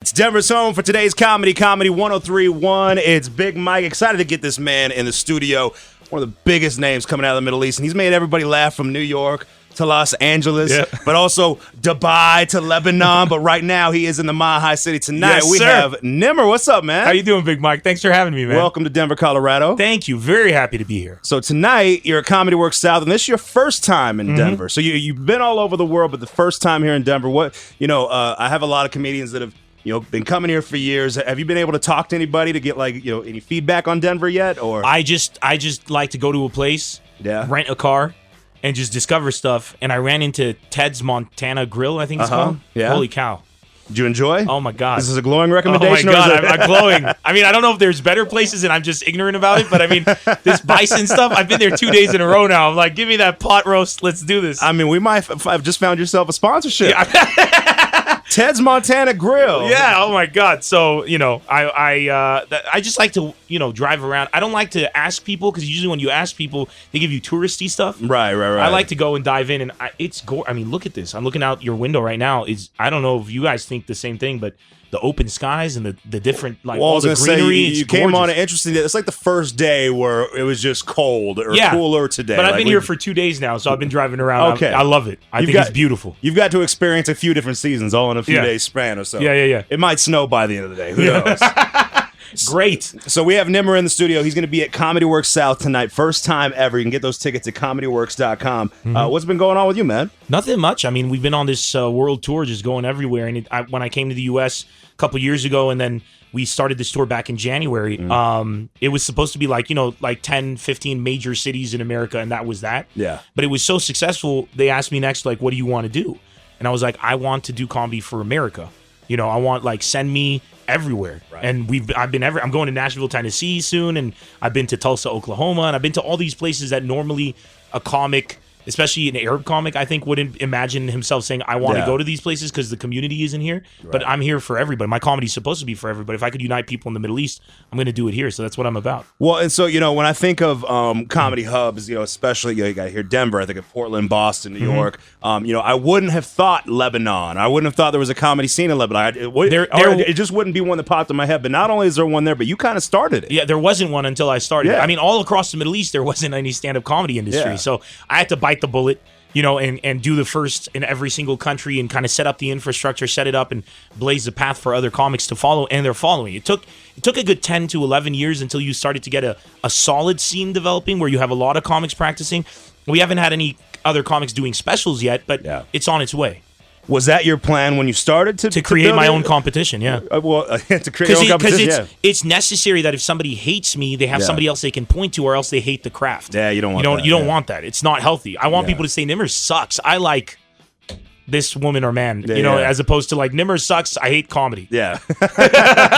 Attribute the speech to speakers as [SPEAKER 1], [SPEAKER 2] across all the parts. [SPEAKER 1] It's Denver's home for today's comedy, Comedy 1031. It's Big Mike. Excited to get this man in the studio. One of the biggest names coming out of the Middle East. And he's made everybody laugh from New York to Los Angeles,
[SPEAKER 2] Yep.
[SPEAKER 1] but also Dubai to Lebanon. but right now, he is in the Mile High City. Tonight,
[SPEAKER 2] Yes,
[SPEAKER 1] we
[SPEAKER 2] sir.
[SPEAKER 1] have Nimmer. What's up, man?
[SPEAKER 2] How you doing, Big Mike? Thanks for having me, man.
[SPEAKER 1] Welcome to Denver, Colorado.
[SPEAKER 2] Thank you. Very happy to be here.
[SPEAKER 1] so tonight you're at Comedy Works South, and this is your first time
[SPEAKER 3] Mm-hmm.
[SPEAKER 1] in Denver. So you you've been all over the world, but the first time here in Denver. What you know, uh, I have a lot of comedians that have you know been coming here for years. Have you been able to talk to anybody to get like you know any feedback on Denver yet? Or
[SPEAKER 3] I just I just like to go to a place,
[SPEAKER 1] Yeah.
[SPEAKER 3] rent a car, and just discover stuff. And I ran into Ted's Montana Grill, I think it's
[SPEAKER 1] Uh-huh.
[SPEAKER 3] called.
[SPEAKER 1] Yeah.
[SPEAKER 3] Holy cow!
[SPEAKER 1] did you enjoy?
[SPEAKER 3] Oh my god!
[SPEAKER 1] Is this a glowing
[SPEAKER 3] Oh my
[SPEAKER 1] recommendation? or is
[SPEAKER 3] god!
[SPEAKER 1] it-
[SPEAKER 3] I'm, I'm glowing. I mean, I don't know if there's better places, and I'm just ignorant about it. But I mean, this bison stuff. I've been there two days in a row now. I'm like, give me that pot roast. Let's do this.
[SPEAKER 1] I mean, we might have I've just found yourself a sponsorship. Ted's Montana Grill.
[SPEAKER 3] yeah. Oh my god. So you know, I I uh, th- I just like to you know drive around. I don't like to ask people because usually when you ask people, they give you touristy stuff.
[SPEAKER 1] Right, right, right.
[SPEAKER 3] I like to go and dive in, and I, it's gore. I mean, look at this. I'm looking out your window right now. Is I don't know if you guys think the same thing, but the open skies and the, the different like
[SPEAKER 1] Well, I
[SPEAKER 3] all
[SPEAKER 1] was
[SPEAKER 3] the
[SPEAKER 1] gonna say you,
[SPEAKER 3] greenery. it's
[SPEAKER 1] you came on
[SPEAKER 3] gorgeous.
[SPEAKER 1] an interesting day. It's like the first day where it was just cold or
[SPEAKER 3] Yeah.
[SPEAKER 1] cooler today.
[SPEAKER 3] but I've
[SPEAKER 1] Like,
[SPEAKER 3] been
[SPEAKER 1] we-
[SPEAKER 3] here for two days now, so I've been driving around.
[SPEAKER 1] Okay.
[SPEAKER 3] Okay, I, love it. I
[SPEAKER 1] You've
[SPEAKER 3] think
[SPEAKER 1] got-
[SPEAKER 3] it's beautiful.
[SPEAKER 1] You've got to experience a few different seasons all in a few
[SPEAKER 3] Yeah.
[SPEAKER 1] days span or so.
[SPEAKER 3] Yeah, yeah, yeah.
[SPEAKER 1] It might snow by the end of the day. Who knows?
[SPEAKER 3] Great.
[SPEAKER 1] so we have Nimmer in the studio. He's going to be at Comedy Works South tonight. First time ever. You can get those tickets at comedyworks.com.
[SPEAKER 3] Mm-hmm.
[SPEAKER 1] Uh, what's been going on with you, man?
[SPEAKER 3] Nothing much. I mean, we've been on this uh, world tour, just going everywhere. And it, I, when I came to the U.S. a couple years ago, and then we started this tour back in January. Um, it was supposed to be like you know, like 10, 15 major cities in America, and that was that.
[SPEAKER 1] Yeah.
[SPEAKER 3] But it was so successful. They asked me next, like, "What do you want to do?" And I was like, "I want to do comedy for America." You know, I want like send me everywhere. And we've I've been every I'm going to Nashville, Tennessee soon, and I've been to Tulsa, Oklahoma, and I've been to all these places that normally a comic especially an Arab comic, I think wouldn't imagine himself saying, "I want
[SPEAKER 1] Yeah.
[SPEAKER 3] to go to these places" because the community isn't here. But I'm here for everybody. My comedy's supposed to be for everybody. If I could unite people in the Middle East, I'm going to do it here. So that's what I'm about.
[SPEAKER 1] Well, and so you know, when I think of um, comedy hubs, you know, especially you, know, you got to hear Denver. I think of Portland, Boston, New
[SPEAKER 3] Mm-hmm.
[SPEAKER 1] York. Um, you know, I wouldn't have thought Lebanon. I wouldn't have thought there was a comedy scene in Lebanon. I, it, would-
[SPEAKER 3] There-
[SPEAKER 1] or
[SPEAKER 3] there-
[SPEAKER 1] it just wouldn't be one that popped in my head. But not only is there one there, but you kind of started it.
[SPEAKER 3] Yeah, there wasn't one until I started.
[SPEAKER 1] Yeah.
[SPEAKER 3] I mean, all across the Middle East, there wasn't any stand-up comedy industry.
[SPEAKER 1] Yeah.
[SPEAKER 3] So I had to bite the bullet, you know, and and do the first in every single country and kind of set up the infrastructure, set it up, and blaze the path for other comics to follow. And they're following. It took it took a good ten to eleven years until you started to get a a solid scene developing where you have a lot of comics practicing. We haven't had any other comics doing specials yet, but
[SPEAKER 1] Yeah.
[SPEAKER 3] it's on its way
[SPEAKER 1] Was that your plan when you started to
[SPEAKER 3] to create
[SPEAKER 1] build
[SPEAKER 3] my
[SPEAKER 1] it?
[SPEAKER 3] own competition. Yeah.
[SPEAKER 1] Uh, well, to create your
[SPEAKER 3] because
[SPEAKER 1] own competition.
[SPEAKER 3] it's
[SPEAKER 1] yeah.
[SPEAKER 3] it's necessary that if somebody hates me, they have
[SPEAKER 1] Yeah.
[SPEAKER 3] somebody else they can point to, or else they hate the craft.
[SPEAKER 1] Yeah, you don't want
[SPEAKER 3] you don't
[SPEAKER 1] that,
[SPEAKER 3] you don't
[SPEAKER 1] yeah.
[SPEAKER 3] want that. It's not healthy. I want
[SPEAKER 1] Yeah.
[SPEAKER 3] people to say Nimmer sucks. I like this woman or man,
[SPEAKER 1] Yeah,
[SPEAKER 3] you know,
[SPEAKER 1] yeah.
[SPEAKER 3] as opposed to like Nimmer sucks. I hate comedy.
[SPEAKER 1] Yeah.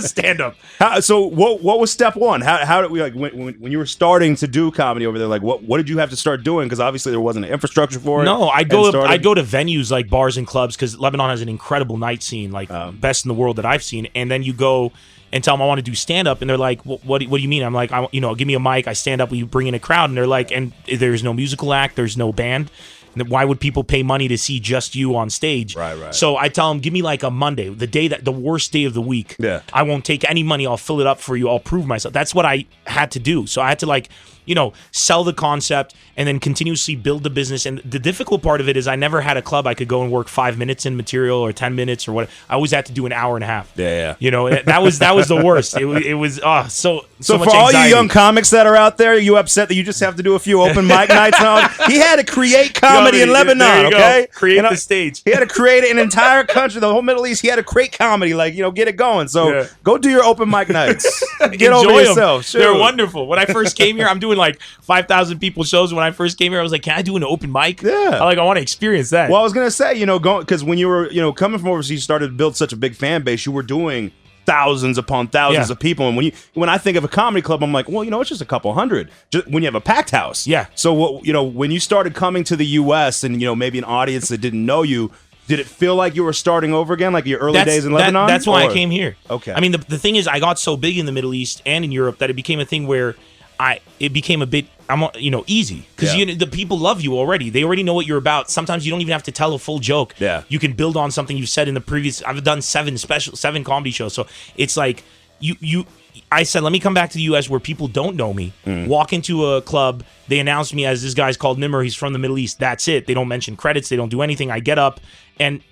[SPEAKER 3] Stand up.
[SPEAKER 1] How, so what what was step one? How how did we like when, when when you were starting to do comedy over there? Like what what did you have to start doing? Because obviously there wasn't an infrastructure for it.
[SPEAKER 3] No, I'd
[SPEAKER 1] and
[SPEAKER 3] go.
[SPEAKER 1] started-
[SPEAKER 3] I'd go to venues like bars and clubs because Lebanon has an incredible night scene, like
[SPEAKER 1] Oh.
[SPEAKER 3] best in the world that I've seen. And then you go and tell them I want to do stand up, and they're like, "Wh- "What? do- What do you mean?" I'm like, "I, want- you know, give me a mic. I stand up. We bring in a crowd." And they're like, "And there's no musical act. There's no band." And then Why would people pay money to see just you on stage?
[SPEAKER 1] Right, right.
[SPEAKER 3] So I tell them, give me like a Monday, the day that the worst day of the week.
[SPEAKER 1] Yeah.
[SPEAKER 3] I won't take any money. I'll fill it up for you. I'll prove myself. That's what I had to do. So I had to like, you know, sell the concept and then continuously build the business. And the difficult part of it is I never had a club I could go and work five minutes in material or ten minutes or what. I always had to do an hour and a half.
[SPEAKER 1] Yeah, yeah.
[SPEAKER 3] You know, that that was that was the worst. It, wa- it was oh so so,
[SPEAKER 1] So,
[SPEAKER 3] much
[SPEAKER 1] for all
[SPEAKER 3] anxiety.
[SPEAKER 1] you young comics that are out there, are you upset that you just have to do a few open mic nights? And all? He had to create comedy in
[SPEAKER 3] There you
[SPEAKER 1] Lebanon.
[SPEAKER 3] go.
[SPEAKER 1] Okay,
[SPEAKER 3] create
[SPEAKER 1] You know,
[SPEAKER 3] the stage.
[SPEAKER 1] He had to create an entire country, the whole Middle East. He had to create comedy, like you know, get it going. So
[SPEAKER 3] Yeah.
[SPEAKER 1] go do your open mic nights. get
[SPEAKER 3] Enjoy
[SPEAKER 1] over
[SPEAKER 3] 'em.
[SPEAKER 1] yourself.
[SPEAKER 3] They're
[SPEAKER 1] Shoot.
[SPEAKER 3] wonderful. When I first came here, I'm doing like 5,000 people shows. When I first came here, I was like, can I do an open mic?
[SPEAKER 1] Yeah.
[SPEAKER 3] I like, I want to experience that.
[SPEAKER 1] Well, I was gonna say, you know, going because when you were, you know, coming from overseas, you started to build such a big fan base. You were doing thousands upon thousands
[SPEAKER 3] Yeah.
[SPEAKER 1] of people, and when you when I think of a comedy club, I'm like, well, you know, it's just a couple hundred. Just, when you have a packed house,
[SPEAKER 3] Yeah.
[SPEAKER 1] So what, you know, when you started coming to the U.S. and you know maybe an audience that didn't know you, did it feel like you were starting over again, like your early days in
[SPEAKER 3] that-
[SPEAKER 1] Lebanon?
[SPEAKER 3] That's why
[SPEAKER 1] Or-
[SPEAKER 3] I came here.
[SPEAKER 1] Okay.
[SPEAKER 3] I mean, the, the thing is, I got so big in the Middle East and in Europe that it became a thing where I it became a bit I'm you know easy because
[SPEAKER 1] Yeah.
[SPEAKER 3] you the people love you already. They already know what you're about. Sometimes you don't even have to tell a full joke.
[SPEAKER 1] Yeah.
[SPEAKER 3] You can build on something you said in the previous. I've done seven special seven comedy shows, so it's like you you. I said, let me come back to the U.S. where people don't know me. Walk into a club, they announce me as this guy's called Nimmer. He's from the Middle East. That's it. They don't mention credits. They don't do anything. I get up, and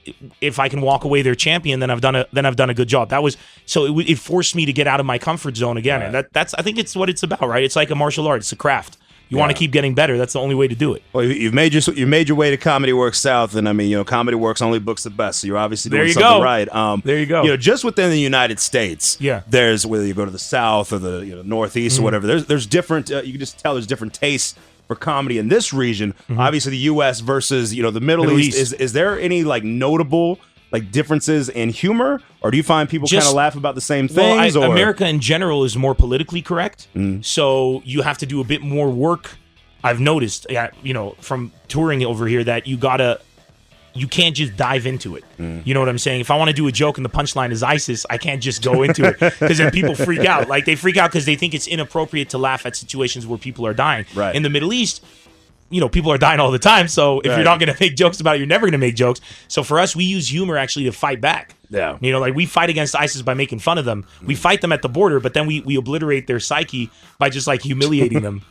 [SPEAKER 3] if I can walk away their champion, then I've done a then I've done a good job. That was so it, w- it forced me to get out of my comfort zone again, and that that's I think it's what it's about, right? It's like a martial art. It's a craft. You want to keep getting better. That's the only way to do it.
[SPEAKER 1] Well, you- you've made your you made your way to Comedy Works South, and I mean, you know, Comedy Works only books the best, so you're obviously doing
[SPEAKER 3] There you
[SPEAKER 1] something
[SPEAKER 3] go.
[SPEAKER 1] right. Um,
[SPEAKER 3] There you go.
[SPEAKER 1] You know, just within the United States,
[SPEAKER 3] Yeah. Mm-hmm.
[SPEAKER 1] There's whether you go to the South or the you know Northeast or whatever. There's there's different. Uh, you can just tell there's different tastes for comedy in this region. Obviously, the U.S. versus you know the Middle,
[SPEAKER 3] Mm-hmm. Middle
[SPEAKER 1] East.
[SPEAKER 3] East.
[SPEAKER 1] Is is there any like notable like differences in humor, or do you find people kind
[SPEAKER 3] Just-
[SPEAKER 1] of laugh about the same things?
[SPEAKER 3] Well,
[SPEAKER 1] or
[SPEAKER 3] I-
[SPEAKER 1] Mm.
[SPEAKER 3] America in general is more politically correct, so you have to do a bit more work. I've noticed, uh, you know, from touring over here that you gotta, you can't just dive into it.
[SPEAKER 1] Mm.
[SPEAKER 3] You know what I'm saying? If I want to do a joke and the punchline is ISIS, I can't just go into it because then people freak out. Like they freak out because they think it's inappropriate to laugh at situations where people are dying.
[SPEAKER 1] Right.
[SPEAKER 3] In the Middle East, you know, people are dying all the time. So if
[SPEAKER 1] Right.
[SPEAKER 3] you're not going to make jokes about it, you're never going to make jokes. So for us, we use humor actually to fight back.
[SPEAKER 1] Yeah. Mm.
[SPEAKER 3] You know, like we fight against ISIS by making fun of them. We fight them at the border, but then we, we obliterate their psyche by just like humiliating them.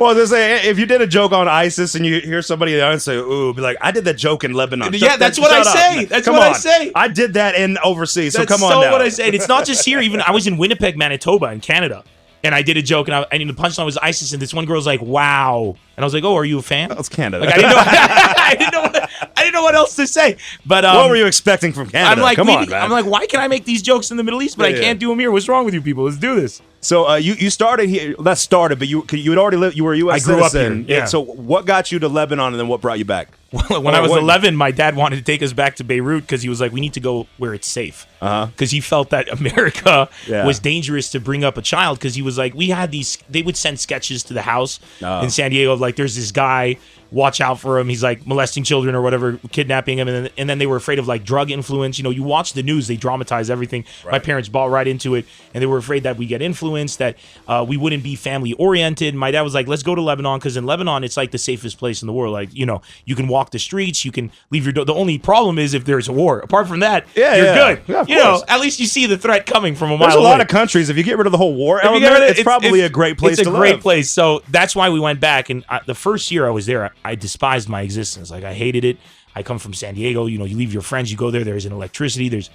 [SPEAKER 1] well, they say eh, if you did a joke on ISIS and you hear somebody in the audience say, "Ooh," be like, "I did that joke in Lebanon."
[SPEAKER 3] Yeah, that's what I say. That's what I say.
[SPEAKER 1] I did that in overseas.
[SPEAKER 3] That's
[SPEAKER 1] so come on.
[SPEAKER 3] so
[SPEAKER 1] now.
[SPEAKER 3] what I said. It's not just here. Even I was in Winnipeg, Manitoba, in Canada, and I did a joke, and I and the punchline was ISIS, and this one girl's like, "Wow," and I was like, "Oh, are you a fan?"
[SPEAKER 1] That's Canada.
[SPEAKER 3] Like, I didn't know. I didn't know. What, I didn't know what else to say. But um,
[SPEAKER 1] what were you expecting from Canada?
[SPEAKER 3] I'm like,
[SPEAKER 1] come
[SPEAKER 3] we-
[SPEAKER 1] on, man.
[SPEAKER 3] I'm like, why can I make these jokes in the Middle East, but
[SPEAKER 1] Yeah,
[SPEAKER 3] I
[SPEAKER 1] yeah.
[SPEAKER 3] can't do them here? What's wrong with you people? Let's do this.
[SPEAKER 1] so uh, you you started here. Not started, but you you had already lived. You were a U.S.
[SPEAKER 3] I grew up
[SPEAKER 1] citizen.
[SPEAKER 3] here, yeah.
[SPEAKER 1] So what got you to Lebanon, and then what brought you back?
[SPEAKER 3] when I
[SPEAKER 1] Oh,
[SPEAKER 3] was
[SPEAKER 1] what-
[SPEAKER 3] 11, my dad wanted to take us back to Beirut because he was like, we need to go where it's safe. Because he felt that America
[SPEAKER 1] Uh-huh. Yeah.
[SPEAKER 3] was dangerous to bring up a child because he was like, we had these, they would send sketches to the house
[SPEAKER 1] Ah.
[SPEAKER 3] in San Diego. of, Like, there's this guy, watch out for him. He's like molesting children or whatever, kidnapping him. And then, and then they were afraid of like drug influence. You know, you watch the news, they dramatize everything. My parents bought right into it and they were afraid that we get influenced, that uh, we wouldn't be family oriented. My dad was like, let's go to Lebanon because in Lebanon, it's like the safest place in the world. Like, you know, you can walk the streets, you can leave your door. The only problem is if there's a war. Apart from that,
[SPEAKER 1] Yeah,
[SPEAKER 3] you're
[SPEAKER 1] yeah.
[SPEAKER 3] good.
[SPEAKER 1] Yeah, of
[SPEAKER 3] you know,
[SPEAKER 1] course.
[SPEAKER 3] at least you see the threat coming from a mile
[SPEAKER 1] There's a
[SPEAKER 3] away.
[SPEAKER 1] lot of countries. If you get rid of the whole war
[SPEAKER 3] If you
[SPEAKER 1] element,
[SPEAKER 3] get rid of-
[SPEAKER 1] it's, probably a great place.
[SPEAKER 3] It's a
[SPEAKER 1] to
[SPEAKER 3] great
[SPEAKER 1] live.
[SPEAKER 3] place. So that's why we went back. And I, the first year I was there, I, I despised my existence. Like I hated it. I come from San Diego. You know, you leave your friends, you go there. There's an electricity. There's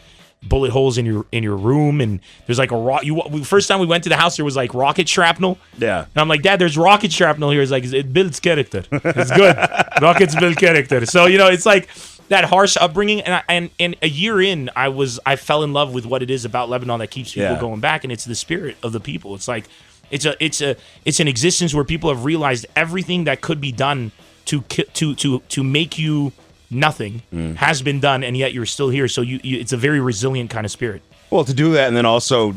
[SPEAKER 3] bullet holes in your in your room, and there's like a rock. You we- first time we went to the house, there was like rocket shrapnel.
[SPEAKER 1] Yeah.
[SPEAKER 3] And I'm like, Dad, there's rocket shrapnel here. It's like it builds character. It's good. Rockets build character. So you know, it's like that harsh upbringing. And I, and and a year in, I was I fell in love with what it is about Lebanon that keeps people
[SPEAKER 1] Yeah.
[SPEAKER 3] going back, and it's the spirit of the people. It's like it's a it's a it's an existence where people have realized everything that could be done to ki- to to to make you nothing has been done, and yet you're still here. So you, you it's a very resilient kind of spirit.
[SPEAKER 1] Well, to do that and then also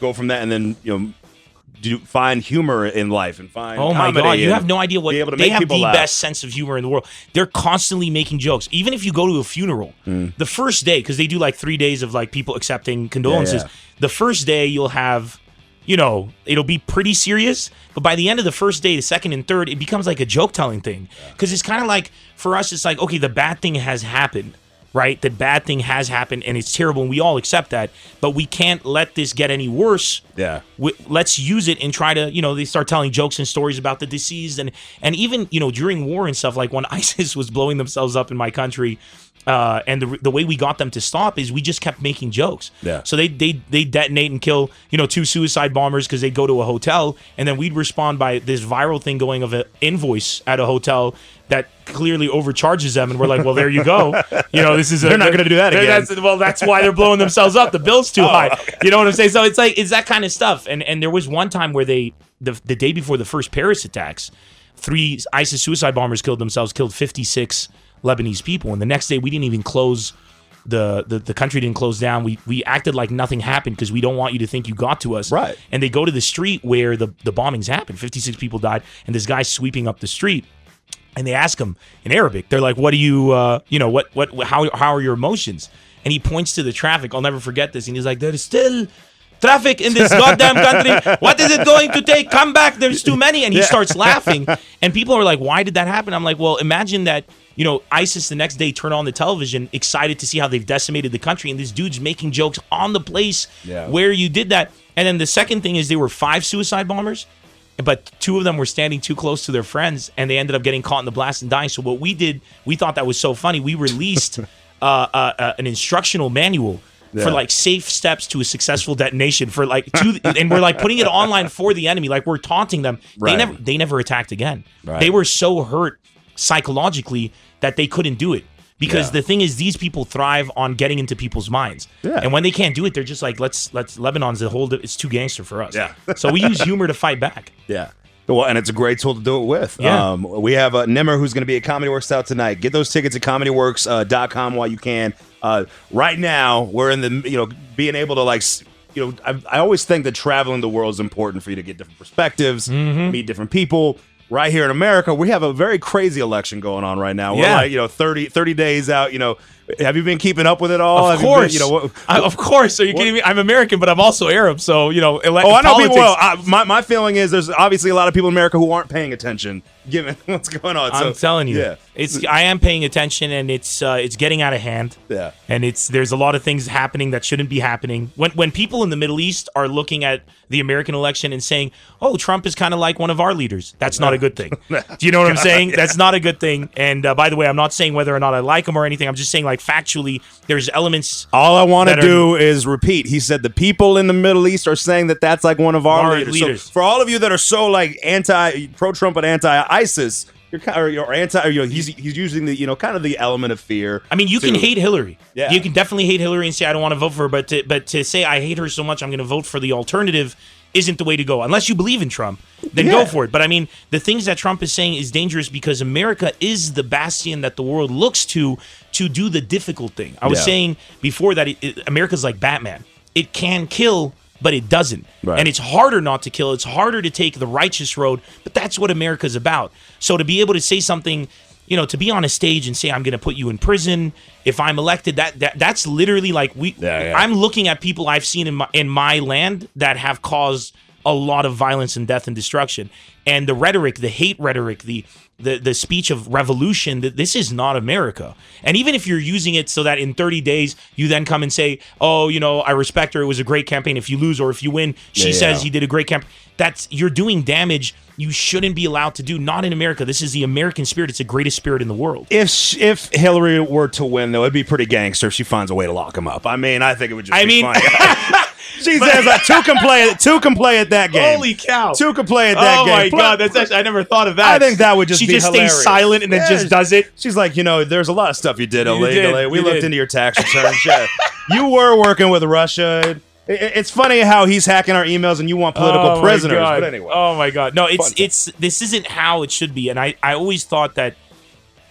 [SPEAKER 1] go from that and then you know do find humor in life and find
[SPEAKER 3] Oh my
[SPEAKER 1] comedy
[SPEAKER 3] god, you
[SPEAKER 1] and
[SPEAKER 3] have no idea what
[SPEAKER 1] be able to
[SPEAKER 3] they
[SPEAKER 1] make
[SPEAKER 3] have
[SPEAKER 1] people
[SPEAKER 3] the
[SPEAKER 1] laugh.
[SPEAKER 3] best sense of humor in the world. They're constantly making jokes. Even if you go to a funeral,
[SPEAKER 1] Hmm.
[SPEAKER 3] the first day because they do like three days of like people accepting condolences.
[SPEAKER 1] yeah.
[SPEAKER 3] The first day you'll have, you know, it'll be pretty serious. But by the end of the first day, the second and third, it becomes like a joke telling thing because it's kind of like for us, it's like okay, the bad thing has happened. Right, the bad thing has happened, and it's terrible, and we all accept that. But we can't let this get any worse
[SPEAKER 1] Yeah.
[SPEAKER 3] w- let's use it and try to you know they start telling jokes and stories about the deceased and and even you know during war and stuff like when isis was blowing themselves up in my country Uh, and the, the way we got them to stop is we just kept making jokes.
[SPEAKER 1] Yeah.
[SPEAKER 3] So they they they detonate and kill you know two suicide bombers because they go to a hotel, and then we'd respond by this viral thing going of an invoice at a hotel that clearly overcharges them, and we're like, well, there you go. You know, this is a,
[SPEAKER 1] They're not gonna do that
[SPEAKER 3] they're-
[SPEAKER 1] again.
[SPEAKER 3] that's- well, that's why they're blowing themselves up. The bill's too high. You know what I'm saying? So it's like it's that kind of stuff. And and there was one time where they the the day before the first Paris attacks, three ISIS suicide bombers killed themselves, killed 56 Lebanese people, and the next day we didn't even close. The, the, the country didn't close down. We we acted like nothing happened because we don't want you to think you got to us.
[SPEAKER 1] Right.
[SPEAKER 3] And they go to the street where the, the bombings happened. 56 people died, and this guy's sweeping up the street and they ask him in Arabic. They're like, "What do you, uh, you know, what, what, how, how are your emotions?" And he points to the traffic. I'll never forget this. And he's like, "There's still traffic in this goddamn country. What is it going to take? Come back. There's too many." And he starts laughing. And people are like, "Why did that happen?" I'm like, "Well, imagine that." You know, ISIS the next day turn on the television, excited to see how they've decimated the country, and this dude's making jokes on the place
[SPEAKER 1] Yeah.
[SPEAKER 3] where you did that. And then the second thing is there were five suicide bombers but two of them were standing too close to their friends and they ended up getting caught in the blast and dying so what we did we thought that was so funny we released uh, uh, uh, an instructional manual
[SPEAKER 1] Yeah.
[SPEAKER 3] for like safe steps to a successful detonation for like two and we're like putting it online for the enemy like we're taunting them
[SPEAKER 1] Right.
[SPEAKER 3] they never they never attacked again
[SPEAKER 1] Right.
[SPEAKER 3] they were so hurt psychologically that they couldn't do it because
[SPEAKER 1] Yeah.
[SPEAKER 3] the thing is these people thrive on getting into people's minds
[SPEAKER 1] Yeah.
[SPEAKER 3] and when they can't do it they're just like let's let's lebanon's a whole di- it's too gangster for us
[SPEAKER 1] Yeah.
[SPEAKER 3] so we use humor to fight back
[SPEAKER 1] Yeah. Well, and it's a great tool to do it with.
[SPEAKER 3] Yeah.
[SPEAKER 1] Um, we have uh, Nimmer who's going to be at Comedy Works out tonight. Get those tickets at comedyworks.com while you can. Uh, right now, we're in the, you know, being able to like, s- you know, I, I always think that traveling the world is important for you to get different perspectives,
[SPEAKER 3] Mm-hmm.
[SPEAKER 1] meet different people. Right here in America, we have a very crazy election going on right now. We're
[SPEAKER 3] Yeah.
[SPEAKER 1] like, you know, 30, 30 days out, you know, have you been keeping up with it all?
[SPEAKER 3] Of
[SPEAKER 1] Have Oh, you been-
[SPEAKER 3] course,
[SPEAKER 1] you know, what,
[SPEAKER 3] I- of course. Are you kidding me? I'm American, but I'm also Arab. So you know, elect
[SPEAKER 1] Oh, I know
[SPEAKER 3] politics.
[SPEAKER 1] people. Well, I, my, my feeling is there's obviously a lot of people in America who aren't paying attention given what's going on.
[SPEAKER 3] I'm
[SPEAKER 1] so,
[SPEAKER 3] telling you,
[SPEAKER 1] Yeah.
[SPEAKER 3] it's I am paying attention, and it's uh, it's getting out of hand.
[SPEAKER 1] Yeah.
[SPEAKER 3] and it's there's a lot of things happening that shouldn't be happening. When when people in the Middle East are looking at the American election and saying, "Oh, Trump is kind of like one of our leaders," that's not a good thing. Do you know what I'm saying? That's not a good thing. And uh, by the way, I'm not saying whether or not I like him or anything. I'm just saying like factually, there's elements.
[SPEAKER 1] All I want to
[SPEAKER 3] Better-
[SPEAKER 1] do is repeat. He said the people in the Middle East are saying that that's like one of our
[SPEAKER 3] Our
[SPEAKER 1] leaders.
[SPEAKER 3] leaders.
[SPEAKER 1] So for all of you that are so like anti pro Trump and anti ISIS, you're kind or you're anti. Or, you know, he's he's using the you know kind of the element of fear.
[SPEAKER 3] I mean, you can
[SPEAKER 1] to-
[SPEAKER 3] hate Hillary.
[SPEAKER 1] Yeah.
[SPEAKER 3] You can definitely hate Hillary and say I don't want to vote for her, but to, but to say I hate her so much I'm going to vote for the alternative isn't the way to go. Unless you believe in Trump, then
[SPEAKER 1] Yeah.
[SPEAKER 3] go for it. But I mean, the things that Trump is saying is dangerous because America is the bastion that the world looks to to do the difficult thing. I was
[SPEAKER 1] Yeah.
[SPEAKER 3] saying before that it, it- America's like Batman. It can kill but it doesn't.
[SPEAKER 1] Right.
[SPEAKER 3] And it's harder not to kill. It's harder to take the righteous road, but that's what America's about. So to be able to say something, you know, to be on a stage and say I'm going to put you in prison if I'm elected, that, that that's literally like we
[SPEAKER 1] Yeah, yeah.
[SPEAKER 3] I'm looking at people I've seen in my in my land that have caused a lot of violence and death and destruction. And the rhetoric, the hate rhetoric, the the, the speech of revolution that this is not America. And even if you're using it so that in 30 days you then come and say, "Oh, you know, I respect her. It was a great campaign. If you lose or if you win, she
[SPEAKER 1] Yeah, yeah.
[SPEAKER 3] says he did a great campaign." That's you're doing damage you shouldn't be allowed to do. Not in America. This is the American spirit. It's the greatest spirit in the world.
[SPEAKER 1] If sh- if Hillary were to win, though, it'd be pretty gangster if she finds a way to lock him up. I mean, I think it would just.
[SPEAKER 3] I
[SPEAKER 1] be
[SPEAKER 3] mean-
[SPEAKER 1] funny. she says like, two can play two can play at that game.
[SPEAKER 3] Holy cow.
[SPEAKER 1] Two can play at that
[SPEAKER 3] Oh
[SPEAKER 1] game. Play-
[SPEAKER 3] actually I never thought of
[SPEAKER 1] I think that would just
[SPEAKER 3] she
[SPEAKER 1] be
[SPEAKER 3] just
[SPEAKER 1] hilarious.
[SPEAKER 3] stays silent and then
[SPEAKER 1] Yeah,
[SPEAKER 3] just does it.
[SPEAKER 1] She's like, you know, there's a lot of stuff you did illegally.
[SPEAKER 3] did,
[SPEAKER 1] we
[SPEAKER 3] you
[SPEAKER 1] looked
[SPEAKER 3] did.
[SPEAKER 1] into your tax returns. yeah. You were working with Russia. I- I- It's funny how he's hacking our emails and you want political
[SPEAKER 3] my
[SPEAKER 1] prisoners.
[SPEAKER 3] God.
[SPEAKER 1] But anyway.
[SPEAKER 3] Oh my god. No, it's
[SPEAKER 1] Fun fact.
[SPEAKER 3] it's this isn't how it should be. And I, I always thought that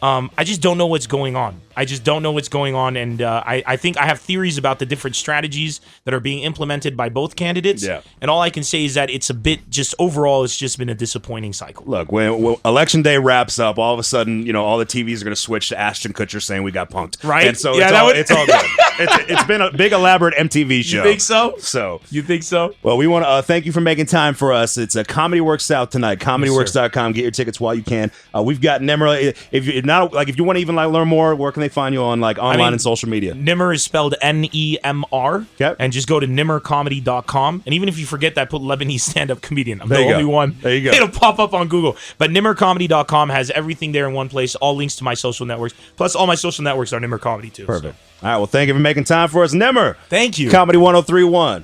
[SPEAKER 3] um I just don't know what's going on. I just don't know what's going on. And uh, I, I think I have theories about the different strategies that are being implemented by both candidates.
[SPEAKER 1] Yeah.
[SPEAKER 3] And all I can say is that it's a bit just overall it's just been a disappointing cycle.
[SPEAKER 1] Look, when, when election day wraps up, all of a sudden, you know, all the TVs are going to switch to Ashton Kutcher saying we got punked.
[SPEAKER 3] Right?
[SPEAKER 1] And so
[SPEAKER 3] Yeah,
[SPEAKER 1] it's,
[SPEAKER 3] that
[SPEAKER 1] all,
[SPEAKER 3] would-
[SPEAKER 1] it's all good. it's, it's been a big, elaborate MTV show.
[SPEAKER 3] think so?
[SPEAKER 1] So.
[SPEAKER 3] You think so?
[SPEAKER 1] Well, we want to uh, thank you for making time for us. It's a Comedy Works South tonight. ComedyWorks.com. Get your tickets while you can. Uh, we've got Nemra. If you're not like, if you want to even like learn more, where can they find you on like online
[SPEAKER 3] mean,
[SPEAKER 1] and social media?
[SPEAKER 3] Nimmer is spelled N E M R.
[SPEAKER 1] Yep.
[SPEAKER 3] And just go to nimmercomedy.com. And even if you forget that, put Lebanese stand up comedian. I'm
[SPEAKER 1] There you
[SPEAKER 3] the
[SPEAKER 1] go.
[SPEAKER 3] only one.
[SPEAKER 1] There you go.
[SPEAKER 3] It'll pop up on Google. But nimmercomedy.com has everything there in one place, all links to my social networks. Plus, all my social networks are Nimmer Comedy too. so.
[SPEAKER 1] Perfect. All right. Well, thank you for making time for us, Nimmer.
[SPEAKER 3] Thank you.
[SPEAKER 1] Comedy 1031.